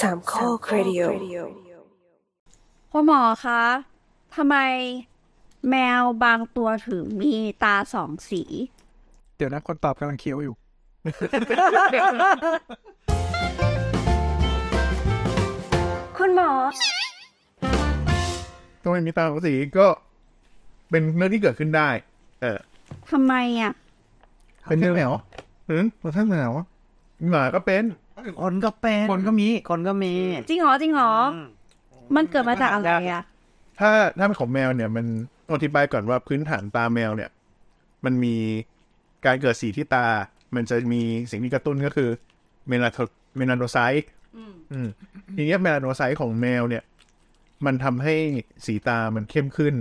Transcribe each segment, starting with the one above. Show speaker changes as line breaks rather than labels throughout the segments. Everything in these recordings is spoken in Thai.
สามข้อครดิโอ
คุณหมอคะทำไมแมวบางตัวถึงมีตาสองสี
เดี๋ยวนะคนตอบกำลังเคี้ยวอยู่
คุณหมอ
ทำไมมีตาสองสีก็เป็นเรื่องที่เกิดขึ้นได้ เออ
ทำไมอ่ะ
เป็นเรื่อง
แมว
หืมประท่านหนาวะหมาก็เป็น
คนก็เป็น
คนก็มี
คนก็มี
จริงเหรอจริงเหรอมันเกิดมาจากอะไรอ่ะ
ถ้าถ้าเป็นของแมวเนี่ยมันอธิบายก่อนว่าพื้นฐานตาแมวเนี่ย มันมีการเกิดสีที่ตา มันจะมีสิ่งที่กระตุ้นก็คือเมลาโทเมลาโนไซต์อืมทีเนี้ยเมลาโนไซต์ของแมวเนี่ย มันทำให้สีตามันเข้มขึ้น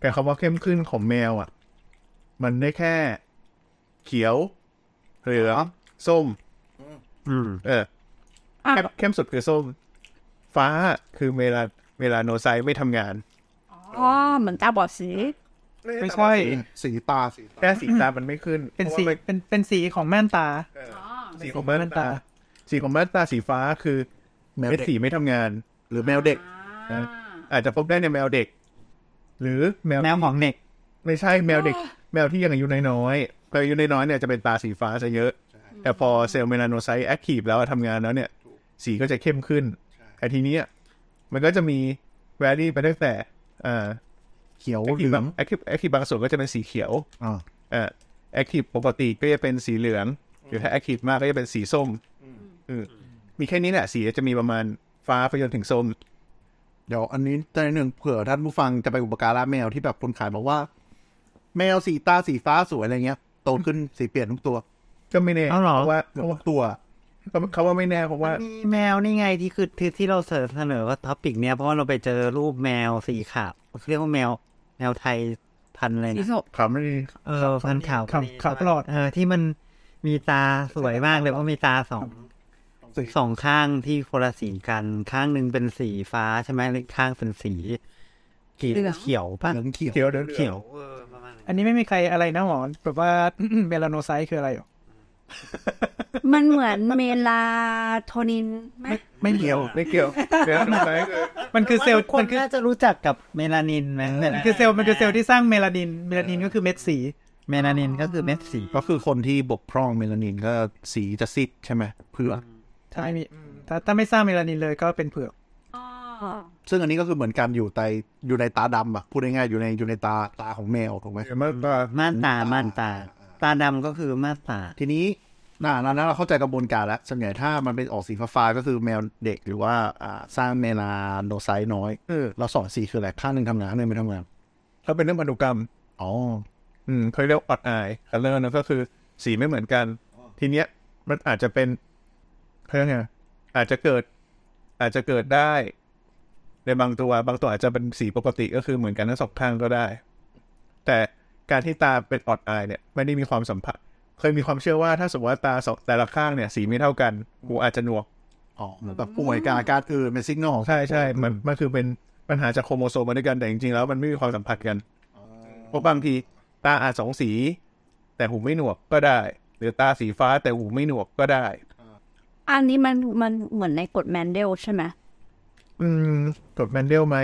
แต่คำว่าเข้มขึ้นของแมวอ่ะ มันได้แค่ เขียวเหลืองส้ม
อืม
เออ
อ่ะ
เข้มเข้มสุดคือส้ม ฟ้าคือเมลาเมลาโนไซต์ไม่ทำงาน
อ๋อเหมือนตาบอดสี
ไม่ใช่
สีตาสีตา
แค่สีตามันไม่ขึ้น
เป็นสี
พราะว่า
เป็นเป็นสีของแม่นตา
มันสีของม่านตา สีของม่านตาสีฟ้าคือ
แมว
เม็ด
เด็ก
สีไม่ทำงาน
หรือแมวเด็ก
อาจจะพบได้ในแมวเด็ก หรือแมว
แมวของเด็ก
ไม่ใช่แมวเด็ก แมวที่ยังอายุน้อยๆแมวอายุน้อยๆเนี่ยจะเป็นตาสีฟ้าซะเยอะ แต่พอเซลล์เมลาโนไซต์แอคทีฟแล้วทำงานแล้วเนี่ย สีก็จะเข้มขึ้น
ใช่
แต่ทีเนี้ยมันก็จะมีแวรี่ไปตั้งแต่อ่า
เขียว
แอค
เห
ทีฟ
ลือง
แอคทีฟแอคทีฟบางส่วนก็จะเป็นสีเขียว
อ่า
เอ่อแอคทีฟปกติก็จะเป็นสีเหลือง หรือถ้าแอคทีฟมากก็จะเป็นสีส้มเออมีแค่นี้แหละ สีจะมีประมาณฟ้าไปจนถึงส้ม
เดี๋ยวอันนี้ใจหนึ่งเผื่อท่านผู้ฟังจะไปอุปการะแมวที่แบบคนขายบอกว่า แมวสีตาสีฟ้าสวยอะไรเงี้ยโตขึ้นสีเปลี่ยนทุกตัว
ก็ไม่แน่
อ้าวเหรอ
เพราะว่า
เกือบทุกตัว
เขาเขาว่าไม่แน่เพราะว่า
มีแมวนี่ไงที่คือที่ที่เราเสนอว่าท็อปิกเนี้ยเพราะว่าเราไปเจอรูปแมวสีขาวเรียกว่าแมว แมวไทยพันธุ์อะไรนะ
ขำนี่
เออพันธุ์ขาว
ขาวขาวปลอด
เออที่มันมีตาสวยมากเลยเพราะมีตาสอง
สี
สองข้างที่คนละสีกันข้างหนึ่งเป็นสีฟ้าใช่ไหมอีกข้างเป็นสีเขียวเขียวป่ะ
เหลืองเขียว
เขียวเดี๋ยว
เขียวเออประมาณนั้น
อันนี้ไม่มีใครอะไรนะหมอแบบว่า เมลาโนไซต์คืออะไรหรอ
มันเหมือนเมลาโทนินไหม
ไม่เกี่ยวไม่เกี่ยวเดี๋ยวต้องใช้
มันคือเซลล์
คน
มันคือ
น่าจะรู้จักกับเมลานินไหมเมลา
มัน
นิ
คื
น
อเซลล์มันคือเซลล์ที่สร้างเมลานิน เมลานินก็คือเม็ดสี
เมลานินก็คือเม็ดสี
ก็คือคนที่บกพร่องเมลานินก็สีจะซีดใช่ไหมเผือก
ถ้าไม่มีถ้าถ้าไม่สร้างเมลานินเลยก็เป็นเผือก
อ๋อ
ซึ่งอันนี้ก็คือเหมือนกันอยู่ในอยู่ในตาดำอะพูดง่ายๆอยู่ในอยู่ในตาตาของแมวถูกไหม
เดี๋ยวมาต่อ
ม่านตาม่านตา ตาดำก็คือม่านตา
ทีนี้น่านั้นเราเข้าใจกระบวนการแล้วส่วนใหญ่ถ้ามันเป็นออกสีฟ้าๆก็คือแมวเด็กหรือว่าอ่าสร้างเมลาโนไซต์น้อยเออเราสอนสีคืออะไรข้างหนึ่งทำงานข้างหนึ่งไม่ทำงาน
เขาเป็นเรื่องพันธุกรรม
อ๋อ
อืมเขาเรียกอดอายคัลเลอร์นะก็คือสีไม่เหมือนกัน ทีเนี้ยมันอาจจะเป็นเขาเรียกไงอาจจะเกิด อาจจะเกิดได้ ในบางตัวบางตัวอาจจะเป็นสีปกติก็คือเหมือนกันทั้งสองข้างก็ได้ แต่การที่ตาเป็นอดอายเนี่ยไม่ได้มีความสัมพันธ์เคยมีความเชื่อว่าถ้าสมมติว่าตาสองแต่ละข้างเนี่ย สีไม่เท่ากันหูอาจจะหนวก
อ๋อเหมือนแบบป่วยกับอาการอื่นเป็นสิกนอลของ
ใช่ใช่มันมันคือเป็นปัญหาจากโครโมโซมมาด้วยกันแต่จริงๆแล้วมันไม่มีความสัมพันธ์กันเพราะบางทีตาอาจสองสี แต่หูไม่หนวกก็ได้ หรือตาสีฟ้าแต่หูไม่หนวกก็ได้
อันนี้มันมันเหมือนในกฎแมนเดลใช่ไหม
อืมกดแมนเดลไหม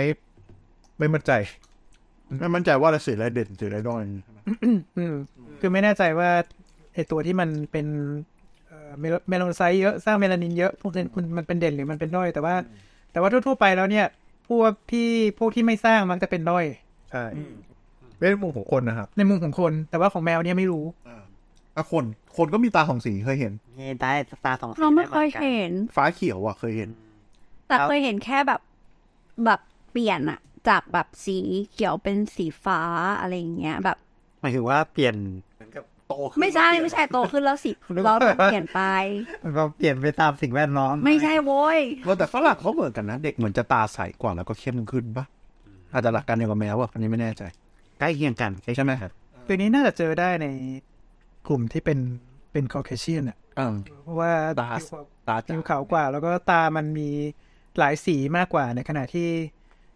ไม่มั่นใจ
ไม่มั่นใจว่าเราสีอะไรเด่นสีอะไรด้อย
อืมคือไม่แน่ใจว่าไอตัวที่มันเป็นเอ่อเมลาเมลาโนไซต์เยอะสร้างเมลานินเยอะพวกนั้นมันมันเป็นเด่นหรือมันเป็นด้อย แต่ว่า แต่ว่าทั่วๆไปแล้วเนี่ย พวกที่พวกที่ไม่สร้างมักจะเป็นด้อย
ใช่ไม่ได้มุมของคนนะครับ
ในมุมของคนแต่ว่าของแมวเนี่ยไม่รู้
อ่ะคนคนก็มีตาของสีเคยเห็น
เฮตาตาสองสี
เราไม่เคย
ด้ห
เห็น
ฟ้าเขียวอ่ะเคยเห็น
แต่เคยเห็นแค่แบบแบบเปลี่ยนอะจากแบบสีเขียวเป็นสีฟ้าอะไรอย่างเงี้ยแบบ
หมายถึงว่าเปลี่ยน
โตขึ้น
ไม่ใช่ไม่ใช่โตขึ้นแล้วสี เราเปลี่ยนไป
เราเปลี่ยนไปตามสิ่งแวดล้อม
ไม่ใช่โว้ย
ว่าแต่ฝรั่งเขาเหมือนกันนะ เด็กเหมือนจะตาใสกว่าแล้วก็เข้มขึ้นปะอาจจะหลักการเดียวกับแมวอ่ะอันนี้ไม่แน่ใจ
ใกล้เคียงกัน
ใช่ไหมครับ
ตัวนี้น่าจะเจอได้ในกลุ่มที่เป็นเป็นคอเคเชียนอ่ะ
อ่า
เพราะว่า
ตา ตา
ผิ
จ้ะ
วขาวกว่า แล้วก็ตามันมีหลายสีมากกว่าในขณะที่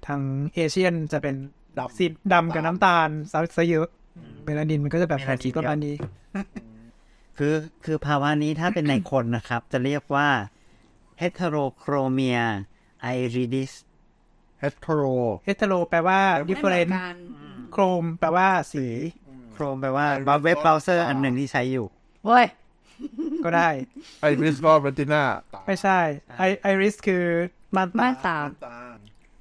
ทางเอเชียนจะเป็น
ดำ
สีดำกับน้ำตาลซะซะเยอะเมลานินมันก็จะแบบสีประมาณนี้
คือคือภาวะนี้ถ้าเป็นในคนนะครับ จะเรียกว่า heterochromia iridis
เฮสโทร
เฮตโรแปลว่า
ไม่เหมือ
different
นกัน
โครมแปลว่าสี
โครมแปลว่าเว็บเบราว์เซอร์อันหนึ่งที่ใช้อยู่
เว้ย
ก็ได้
ไอริสบอลเบติน่า
ไม่ใช่ ไอไอริสคือมัน
ม่านตา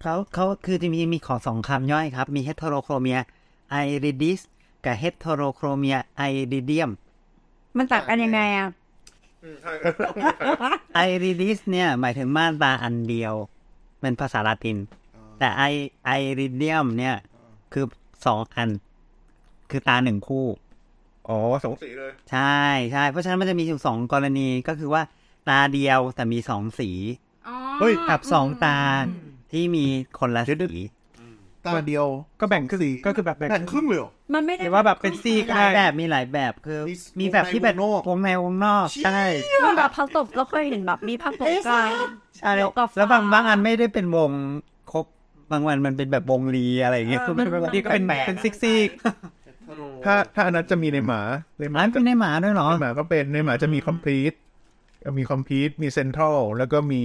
เขาเขาคือจะมีมีของสองคำย่อยครับ มี heterochromia iridis กับ heterochromia iridium
มันต่างกันยังไงอ่ะ
iridis เนี่ย หมายถึงม่านตาอันเดียว เป็นภาษาละติน แต่ i iridium เนี่ย คือสองอัน คือตาหนึ่งคู่
อ๋อสองสีเลย
ใช่ใช่เพราะฉะนั้นมันจะมีอยู่สองกรณีก็คือว่าตาเดียวแต่มีสองสี
เฮ้ย
กับสองตาที่มีคนละสี
ตาเดียว
ก็แบ่งครึ่งก็คือแบบแบ่ง
แบ่งครึ่งเลยเหรอ
มันไม่ได้
หรือว่าแบบเป็นซี่ก็
หลา
ได้
ยแบบมีหลายแบบคือ
มี
มีแบบที่แบบ
วงในวงนอก
วงในวงนอกใช่
มันแบบพับตบเราเคยเห็นแบบมีพับตบกลาง
ใช่
แล้วก็ฟ้า
แล้วบางบางอันไม่ได้เป็นวงครบบางวันมันเป็นแบบวงรีอะไรอย่างเงี้ยคือมัน
บางทีก็เป็น
แปลก
เป็นซิกซี่
ถ้าถ้าอันนั้นจะมีในหมาในห
ๆ
มา
ร้านเป็นในหมาด้วยเหรอ
ในหมาก็เป็นในหมาจะมีคอมพลีทมีคอมพลีทมีเซนทรัลแล้วก็มี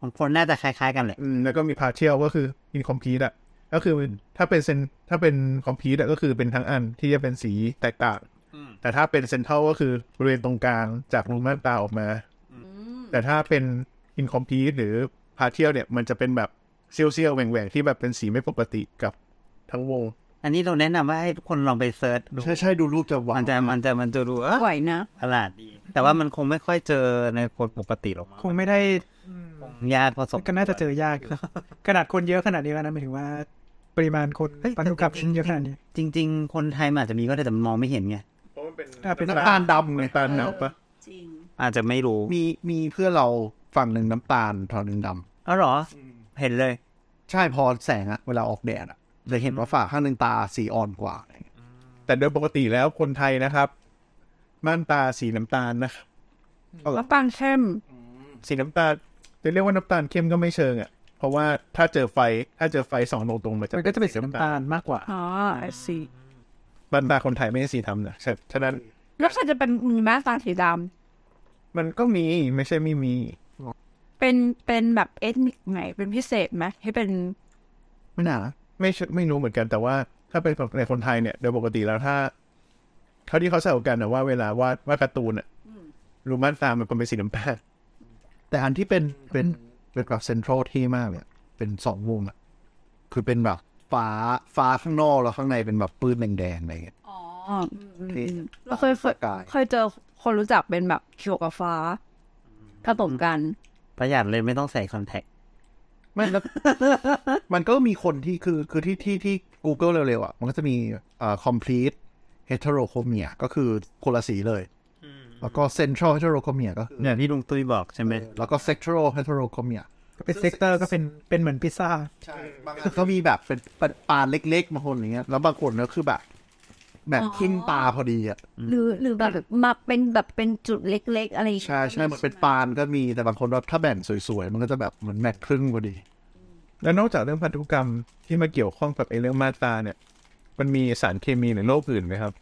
ของคนน่าจะคล้ายๆกันแหละ
อืมแล้วก็มีพาเชียลก็คืออินคอมพลีทอ่ะก็คือถ้าเป็นเซนถ้าเป็นคอมพลีทอ่ะก็คือเป็นทั้งอันที่จะเป็นสีแตกต่าง แต่ถ้าเป็นเซนทรัลก็คือบริเวณตรงกลางจากรูม่านตาออกมา แต่ถ้าเป็นอินคอมพลีทหรือพาเชียลเนี่ยมันจะเป็นแบบเซียวเซียวๆแหว่งแหว่งๆที่แบบเป็นสีไม่ปกติกับทั้งวง
อันนี้เราแนะนำว่าให้ทุกคนลองไปเซิร์ชดู
ใช่ใช่ดูรูปจะวา
มัน
ง
จะมันจะมันจะรู้เออ
ไหวนะ
ประหลาดดี แต่ว่ามันคงไม่ค่อยเจอในคนปกติหรอก
คงไม่ได้
ยากพอสม
ก็น่าจะเจอยากอยู่ขนาดคนเยอะขนาดนี้แล้วนะหมายถึงว่า ปริมาณคนปริมาณกับชิ้นเยอะขนาดนี้
จริง ๆ คนไทยมันอาจจะมีก็ได้แต่มันมองไม่เห็นไง
เพราะมันเป็น
อ่ะเป็น
น้ำตาลดำไง
น้ำตาลหนาวปะ
จริง
อาจจะไม่รู้
มีมีเพื่อนเราฝั่งหนึ่งน้ำตาลฝั่งหนึ่งดำ
อ๋อเหรอเห็นเลย
ใช่พอแสงอะเวลาออกแดดอะจะเห็นว่าฝ่าข้างหนึ่งตาสีอ่อนกว่า
แต่โดยปกติแล้วคนไทยนะครับ ม่านตาสีน้ำตาลนะครับ
แล้วปางเข้ม
สีน้ำตาลจะเรียกว่าน้ำตาลเข้มก็ไม่เชิงอะ่ะ เพราะว่าถ้าเจอไฟถ้าเจอไฟสองตรงๆมันจะ
มันก็จะเป็นสีน้ำตาลมากกว่า
อ๋อไอซี
ม่านตาคนไทยไม่ใช่สีดำนะใช่ฉะนั้น
แล้วใครจะเป็นมีแม่ตาสีด
มันก็มีไม่ใช่ไม่มี
ำเป็นเป็นแบบเอทนิกไหนเป็นพิเศษไหมให้เป็น
ไม่น่านะ
ไม่ใช่ไม่รู้เหมือนกันแต่ว่าถ้าเป็นในคนไทยเนี่ย โดยปกติแล้วถ้าเท่าที่เขาใส่กันนะว่าเวลาวาดวาดการ์ตูนอะรูม่านตามันเป็นสีน้ำตาล
แต่อันที่เป็นเป็นเป็นแบบเซ็นทรัลที่มากเลยอะเป็นสองวงอะคือเป็นแบบฟ้าฟ้าข้างนอกแล้วข้างในเป็นแบบปื้นแดงๆอะไรเงี้ย
อ๋ออืมอืมเราเคยเคย
กาย
เคยเจอคนรู้จักเป็นแบบเขียวกับฟ้าผสมกัน
ประหยัดเลยไม่ต้องใส่คอนแทค
ไม่ แล้ว มันก็มีคนที่คือคือที่ที่ที่ Google เร็วๆอ่ะ มันก็จะมีเอ่อ complete heterochromia ก็คือคนละสีเลย แล้วก็ central heterochromia ก็คือ
เนี่ยที่ลุงตุ้ยบอกใช่ไหม
แล้วก็ sectoral heterochromia
ก็เป็นเซกเตอร์ก็เป็นเป็นเหมือนพิซซ่า
ใช่บางอันก็มีแบบเป็นปลาเล็กๆบางคนอย่างเงี้ย แล้วบางคนก็คือแบบ แบบ
อ๋อ
ขึ้นปลาพอดีอ่ะ
หรือหรือแบบมาเป็นแบบเป็นจุดเล็ก ๆ อะไรอย่างเงี้ย
ใช่ใช่มันเป็นปลาก็มีแต่บางคนแบบถ้าแบ่งสวยๆ มันก็จะแบบเหมือนแมทครึ่งพอดี
แล้วนอกจากเรื่องพันธุกรรมที่มาเกี่ยวข้องกับไอ้เรื่องม่านตาเนี่ย มันมีสารเคมีหรือโรคอื่นไหมครับ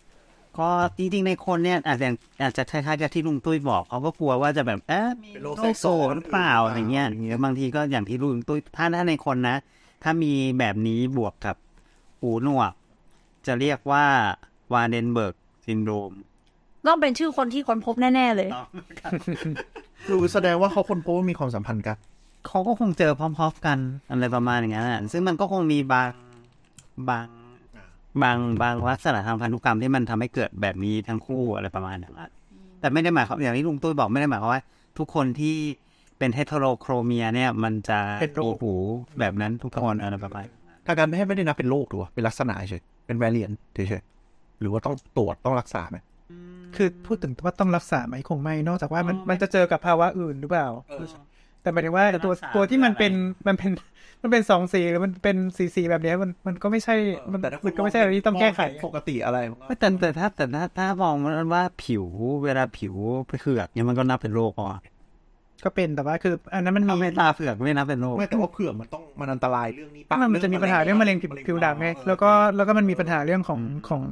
ก็จริงๆในคนเนี่ยอาจจะอาจจะคล้ายๆกับที่ลุงตุ้ยบอกเขาก็กลัวว่าจะแบบเอ๊ะมี
เป็น
โร
โร
ค
ค
โซหรือเปล่า
หรือ
อะ
อเปล่า
ไรเงี้ยบางทีก็อย่างที่ลุงตุ้ยถ้าถ้าในคนนะ ถ้ามีแบบนี้บวกกับหูหนวก จะเรียกว่าวาเดนเบิร์กซินโดรม
ต้องเป็นชื่อคนที่ค้นพบแน่ๆเลย
คือแสดงว่าเขาคนพบว่ามีความสัมพันธ์กัน
เขาก็คงเจอพร้อมๆกันอะไรประมาณอย่างนั้นอะซึ่งมันก็คงมีบางบางบางบางลักษณะทางพันธุกรรมที่มันทำให้เกิดแบบนี้ทั้งคู่อะไรประมาณนั้นอะแต่ไม่ได้หมายความอย่างที่ลุงตุ้ยบอกไม่ได้หมายความว่า ทุกคนที่เป็นเฮ t โรโครเมียเนี่ย มันจะ
เป็นโรค
โอ้โหแบบนั้นทุกคนอะไรประมาณนั้น
ทางการแพทย์ไม่ได้นับเป็นโรคหรือวะเป็นลักษณะเฉยเป็นแวเรียนเฉยๆหรือว่าต้องตรวจต้องรักษาไหม
คือพูดถึงว่าต้องรักษาไหมคงไม่ นอกจากว่ามันมันจะเจอกับภาวะอื่นหรือเปล่า แต่หมายถึงว่าตัวตัวที่มันเป็นมันเป็นมันเป็นสองสีหรือมันเป็นสีสีแบบเนี้ยมันมันก็ไม่ใช่มันมันก็ไม่ใช่อะไรที่ต้องแก้ไข
ปกติอะไร
ไม่แต่แต่ถ้าแต่ถ้าถ้ามองว่าผิวเวลาผิวเผือกเนี่ยมันก็นับเป็นโรคอ่ะ
ก็เป็นแต่ว่าคืออันนั้นมัน
เอา
มี
ไม่ตาเผือกไม่นับเป็นโรค
ไม่แต่ว่าเผื่อมันต้องมันอันตรายเรื่องนี้ปะ
มันมันจะมีปัญหาเรื่องมะเร็งผิวผิวหนังไงแล้วก็แล้วก็มันมีปัญหาเรื่องของของ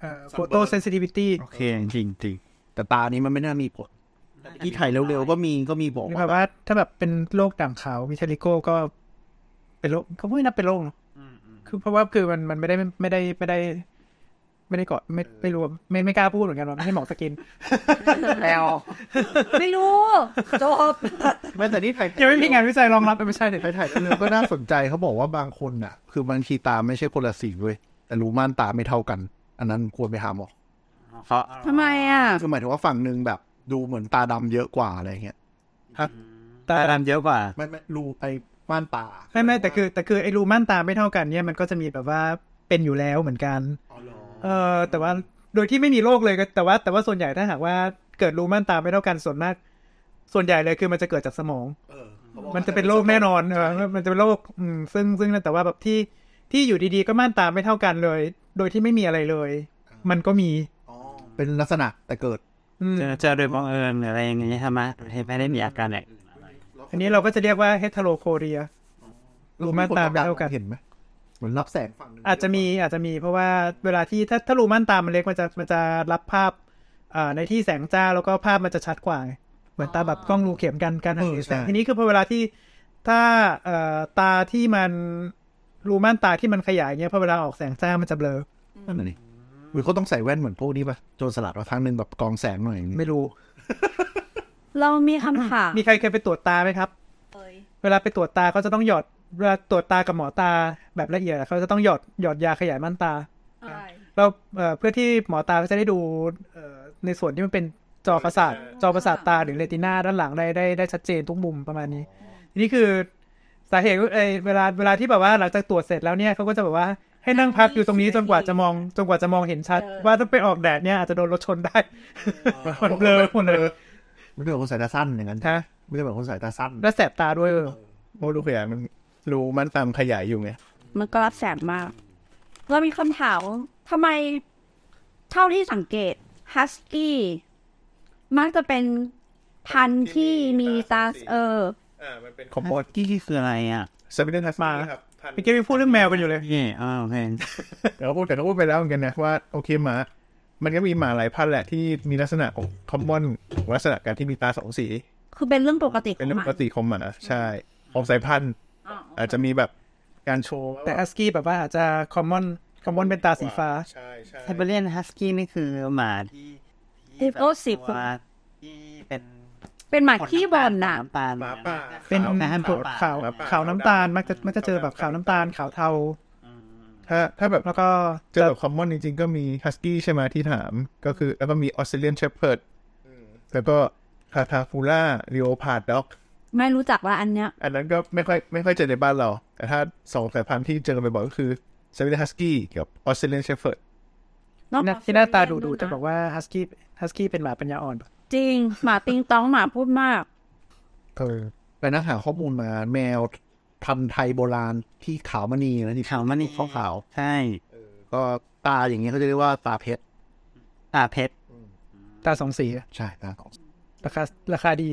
เอ่อโฟโตเซนซิทิวิตี้
โอเคจริงจริง
แต่ตานี้มันไม่น่ามีผล
ๆ
อีถ่ายเร็วๆ ก็มีก็มีบอก
หรือ
ว่า
แบบว่าถ้าแบบเป็นโรคด่างขาววิเทลิโกก็ เป็นโรคเขาไม่นับเป็นโรคเนอะคือเพราะว่าคือมันมันไม่ได้ไม่ได้ไม่ได้ ไม่ได้เกาะไม่ไม่รู้อะไม่ไม่กล้าพูดเหมือนกันว่าไม่ให้หมอส กิน
แล้ว
ไม่รู้ จบ
แม้แต่นี่ถ่าย
ยังไม่มีงานวิจัยรองรับไม่ใช่เด็ด
ถ่ายๆเร็วๆก็น่าสนใจเขาบอกว่าบางคนน่ะ คือบางทีตาไม่ใช่คนละสีเว้ยแต่รูม่านตาไม่เท่ากัน อันนั้นควรไปหาหมอ
เพราะ
ทำไมอ่ะ
คือหมายถึงว่าฝั่งหนึ่งแบบดูเหมือนตาดำเยอะกว่าอะไรเงี้ย
ตาดำเยอะกว่า
ไม่ไม่รูไอ้ม่านตา
ไม่ไม่แต่คือแต่คือไอ้รูม่านตาไม่เท่ากันเนี่ยมันก็จะมีแบบว่าเป็นอยู่แล้วเหมือนกัน เออแต่ว่าโดยที่ไม่มีโรคเลยก็แต่ว่า แต่ว่าส่วนใหญ่ถ้าหากว่าเกิดรูม่านตาไม่เท่ากันส่วนมาก ส่วนใหญ่เลยคือมันจะเกิดจากสมอง มันจะเป็นโรคแน่นอนเออมันจะเป็นโรคอืมซึ่งซึ่งแต่ว่าแบบที่ที่อยู่ดีๆก็ม่านตาไม่เท่ากันเลย โดยที่ไม่มีอะไรเลย มันก็มี
เป็นลักษณะแต่เกิด
อืม
เจอเจอโดยบังเอิญหรืออะไรอย่างเงี้ยใช่ไหมโดยที่ไม่ได้มีอาการอะไร
อันนี้เราก็จะเรียกว่าเฮตโรโคเรีย รูม่านตาไม่เท่ากัน
เห็นไหมเหมือนรับแสงฝั่งหนึ่ง
อาจจะมีอาจจะมีเพราะว่าเวลาที่ถ้าถ้ารูม่านตามันเล็กมันจะมันจะรับภาพอ่าในที่แสงจ้าแล้วก็ภาพมันจะชัดกว่าไงเหมือนตาแบบกล้องรูเข็มกันการหักเหแสงทีนี้คือพอเวลาที่ถ้าเอ่อตาที่มันรูม่านตาที่มันขยายเงี้ยพอเวลาออกแสงจ้ามันจะเบลอ
นั่นน่ะนี่หรือเขาต้องใส่แว่นเหมือนพวกนี้ป่ะโจรสลัดว่าครั้งหนึ่งแบบกรองแสงหน่อยอย่างนี้
ไม่รู้
เรามีคำถาม
มีใครเคยไปตรวจตาไหมครับ เวลาไปตรวจตาเขาจะต้องหยอดเวลาตรวจตากับหมอตาแบบละเอียดอะเขาจะต้องหยอดหยอดยาขยายม่านตา เราเอ่อเพื่อที่หมอตาก็จะได้ดูเอ่อในส่วนที่มันเป็นจอประสาทจอประสาทตาหรือเรติน่าด้านหลังได้ได้ได้ชัดเจนทุกมุมประมาณนี้ทีนี่คือสาเหตุก็เอ่อเวลาเวลาที่แบบว่าหลังจากตรวจเสร็จแล้วเนี่ยเขาก็จะแบบว่าให้นั่งพักอยู่ตรงนี้จนกว่าจะมองจนกว่าจะมองเห็นชัด ว่าถ้าไปออกแดดเนี่ยอาจจะโดนรถชนได้ มันเบลอหมดเลย
ไม่ได้แบบคนสายตาสั้นอย่างนั้น
ฮะ
ไม่ได้แบบคนสายตาสั้น
แล้วแสบตาด้วยเออ
โมดูขยายมันรูมันตามขยายอยู่ไง
มันก็รับแสงมาก เรามีคำถามทำไมเท่าที่สังเกตฮัสกี้มักจะเป็นพันธุ์ที่มีตาเออ
อ่า มันเป็น
คอมโพสกี้คืออะไรอ่ะ
เซมิเดนทัสมาครับพัน
เมื่อกี้ยังพูดเรื่องแมวกันอยู่เลย
นี่อ่าโอเค
แต่ก็พูดแต่ก็พูดไปแล้วเหมือนกันนะว่าโอเคหมา มันก็มีหมาหลายพันธุ์แหละที่มีลักษณะของคอมมอนลักษณะการที่มีตาสองสี
คือเป็นเรื่องปกติข
เป็
อน ง
เรื่อง
มั
ป
น
กติของหมาใช่ของสายพันธุ์
อ๋อ
อาจจะมีแบบการโชว์
แต่อัสกี้แบบว่าอาจจะคอมมอนคอมมอนเป็นตาสีฟ้า
ใช่ใช่
ไซเบเรียนฮัสกี้นี่คือหมาที่
สิบโลสิบ
ตัวที่เป็น
เป็นหมาขี้บ่นน่ะ
ำตาล
หมาป่า
เป็น
ขาวนะฮะ
ขาวขาว
ครับ
ขาวน้ำตาลมักจะมักจะเจอแบบขาวน้ำตาลขาวเทา
ถ้าถ้าแบบ
แล้วก็
เจอแบบคอมมอนจริงๆ ก็มีฮัสกี้ใช่ไหมที่ถาม ก็คือแล้วก็มีออสเตรเลียนเชฟเพิร์ดแล้วก็คาทาฟูล่าริโอพาดด็อก
ไม่รู้จักว่าอันเนี้ย
อันนั้นก็ไม่ค่อยไม่ค่อยเจอในบ้านเรา แต่ถ้าสองสายพันธุ์ที่เจอกันบ่อยๆก็คือเซมิเดนฮัสกี้กับออสเตรเลียนเชฟเพิร์ด
นอก
หน้า
จาก
ที่หน้าตาดุ
เรื่
ดุ
ง
จะ
นั้น
บอกว่าฮัสกี้ฮัสกี้เป็นหมาปัญญาอ่อนปะ
จริง หมาติงต้องหมาพูดมาก
เออไปนั่งหาข้อมูลมาแมวพันธุ์ไทยโบราณที่ขาวมณีนะที่
ขาวมันนี่
ขาวขาว
ใช่
ๆก็ตาอย่างนี้เขาจะเรียกว่าตาเพชร
ตาเพชร
ตาสองสี
ใช่ตาของ
ราคาราคาดี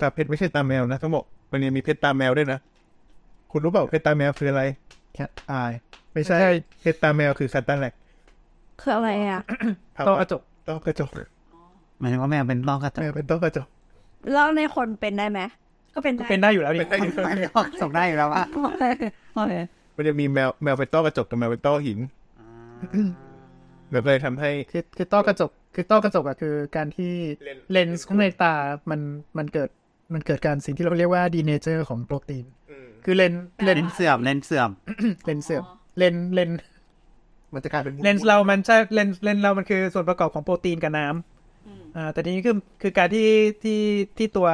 ตาเพชรไม่ใช่ตาแมวนะทั้งหมดมันยังมีเพชรตาแมวด้วยนะ คุณรู้เปล่าเพชรตาแมวคืออะไร
แคทอาย
ไม่ใช่เพชรตาแมวคือซาตานแลก
คืออะไรอ่ะ
โตะกระจก
โต้อกระจก
หมายถึงว่าแมวเป็นลอกกระจ
แม
ก
วเป็นโต้อกระจก
แล้วในคนเป็นได้ไหม ก็เป็นได้
เป็นได้อยู่แล้วดิ
ไม่ได้ลอกส่งได้อยู่แล้วว่าโอเค
มันจะมีแมวแมวเป็นต้อกระจกกับแมวเป็นต้อหินแบบเลยทำให้
คือคือต้อกระจกคือต้อกระจกอะคือการที่
เลนส์
เลนส์ของในตามันมันเกิดมันเกิดการสิ่งที่เราเรียกว่าดีเนเจอร์ของโปรตีน คือเลนส์เลน
เล่น
ส์
เสื่อมเล่นเสื่อม
เลนส์เสื่อมเลนส์เลนส์
มันจะกลายเป็น
เลนส์เรามันใช่เลนส์เลนส์เรามันคือส่วนประกอบของโปรตีนกับน้ำอ่าแต่ทีนี้คือคือการที่ที่ที่ตัว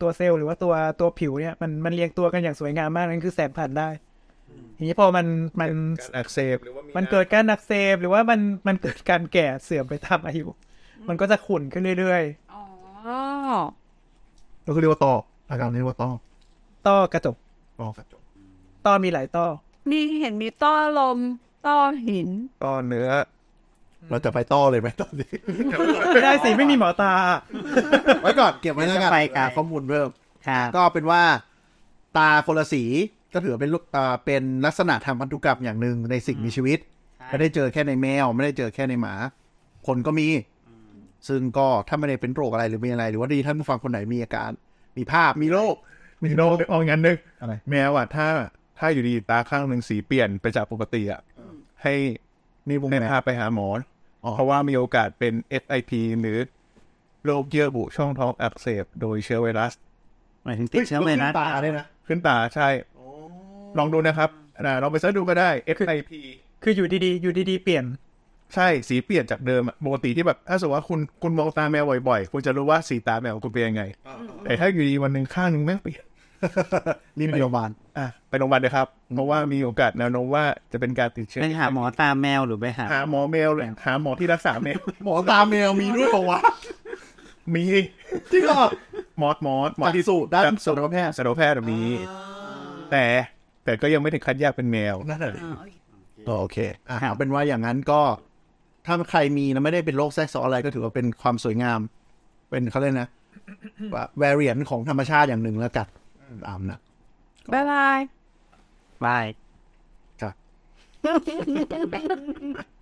ตัวเซลล์หรือว่าตัวตัวผิวเนี่ยมันมันเรียงตัวกันอย่างสวยงามมากนั่นคือแสบผันได้ทีนี้พอมันมัน
การอักเสบหรือว่ามี
มันเกิดการอักเสบหรือว่ามันมันเกิดการแก่เสื่อมไปตามอายุมันก็จะขุ่นขึ้นเรื่อย
อ๋อ
เราคือเรียกว่าตออาการเรียกว่าตอ
ๆ ต้อกระจก
ตอกระจก
ต้อมีหลายต้อ
นี่เห็นมีต้อลม ต้อหิน
ต้อเนื้อ
เราจะไปตอเลยไหมตอนนี้
ไม่ได้สิไม่มีหมอตา
ไว้ก่อนเก็บไว้แล้วกัน
ไปกัน
หาข้อมูลเพิ่ม
ครับ
ก็เป็นว่าตาคนละสีก็ถือเป็นลูกอ่าเป็นลักษณะทางพันธุกรรมอย่างหนึ่งในสิ่งมีชีวิต ไม่ได้เจอแค่ในแมว ไม่ได้เจอแค่ในหมา คนก็มี ซึ่งก็ถ้าไม่ได้เป็นโรคอะไรหรือมีอะไร หรือว่าดีท่านผู้ฟังคนไหนมีอาการ มีภาพมีโรค
มีโรคเอางั้นนึก
อะไร
แมวอ่ะถ้าถ้าอยู่ดีตาข้างหนึ่งสีเปลี่ยนไปจากปกติอ่ะให้
นี่วง
ให้
แหวน
พาไปหาหมออ
อ
เพราะว่ามีโอกาสเป็น SIP หรือโรคเยื่อบุช่องท้องอักเสบโดยเชื้อไวรัส
หมายถึงติดเชื้อไวรัส
ตาเนี่ยนะ
ขึ้นตาใช่ ลองดูนะครับอ่าลองไปเสิร์ชดูก็ได้ SIP
คืออยู่ดีๆ อยู่ดีๆ เปลี่ยน
ใช่สีเปลี่ยนจากเดิมอะปกติที่แบบ ถ้าสมมติว่าคุณคุณมองตาแมวบ่อยๆ คุณจะรู้ว่าสีตาแมวคุณเป็นยังไง แต่ถ้าอยู่ดีวันหนึ่งข้างหนึ่งแม่งเปลี่ยน
รีบไปโรงพยาบาล
อ่ะไปโรงพยาบาลเลยครับเพราะว่ามีโอกาสแนวโน้มว่าจะเป็นการติดเชื้อ
ไปหาหมอตาแมวหรือไปหา
หาหมอแมวเลยหาหมอที่รักษาแมว
หมอตาแมวมีด้วยเปล่าวะ
มี
จริงเหรอ
หมอหมอหมอ
จาก
ที่
สูตรด้าน
จาก
สัตวแพทย์
สัตวแพทย์มี แต่แต่ก็ยังไม่ถึงขั้นแยกเป็นแมว
นั่นแหละดิก็โอเคอ่ะ
ครับ
เอาเป็นว่าอย่างนั้นก็ ถ้าใครมีนะไม่ได้เป็นโรคแทรกซ้อนอะไรก็ถือว่าเป็นความสวยงาม เป็นเขาเรียกนะว่า variant ของธรรมชาติอย่างหนึ่งแล้วกันตามนะ
บายบาย
บาย